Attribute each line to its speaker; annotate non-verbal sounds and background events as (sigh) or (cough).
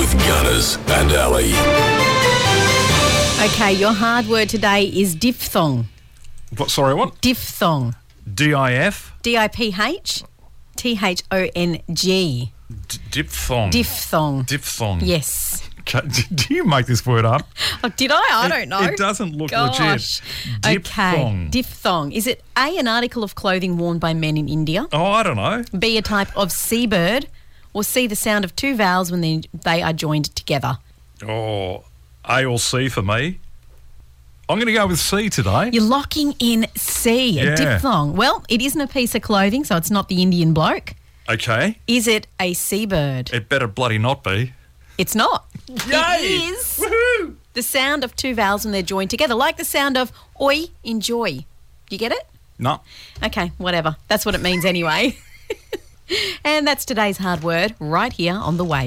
Speaker 1: Maz and Ali.
Speaker 2: Okay, your hard word today is diphthong.
Speaker 3: What? Sorry, what?
Speaker 2: Diphthong.
Speaker 3: DIF?
Speaker 2: D I P H T H O N G.
Speaker 3: D- diphthong.
Speaker 2: Diphthong.
Speaker 3: diphthong.
Speaker 2: Yes.
Speaker 3: (laughs) Okay, Do you make this word up?
Speaker 2: Oh, did I? I
Speaker 3: It-
Speaker 2: don't know.
Speaker 3: it doesn't look
Speaker 2: Gosh.
Speaker 3: legit.
Speaker 2: Okay.
Speaker 3: Diphthong.
Speaker 2: Diphthong. Is it A, an article of clothing worn by men in India?
Speaker 3: Oh, I don't know.
Speaker 2: B, a type of seabird? Or C, the sound of two vowels when they, they are joined together?
Speaker 3: Oh, A or C for me. I'm going to go with C today.
Speaker 2: You're locking in C, a
Speaker 3: Yeah.
Speaker 2: diphthong. Well, it isn't a piece of clothing, so it's not the Indian bloke.
Speaker 3: Okay.
Speaker 2: Is it a seabird?
Speaker 3: It better bloody not be.
Speaker 2: It's not.
Speaker 3: Yay!
Speaker 2: It is
Speaker 3: Woohoo!
Speaker 2: the sound of two vowels when they're joined together, like the sound of oi in joy. You get it?
Speaker 3: No.
Speaker 2: Okay, (laughs) whatever. That's what it means anyway. and that's today's hard word right here on the way.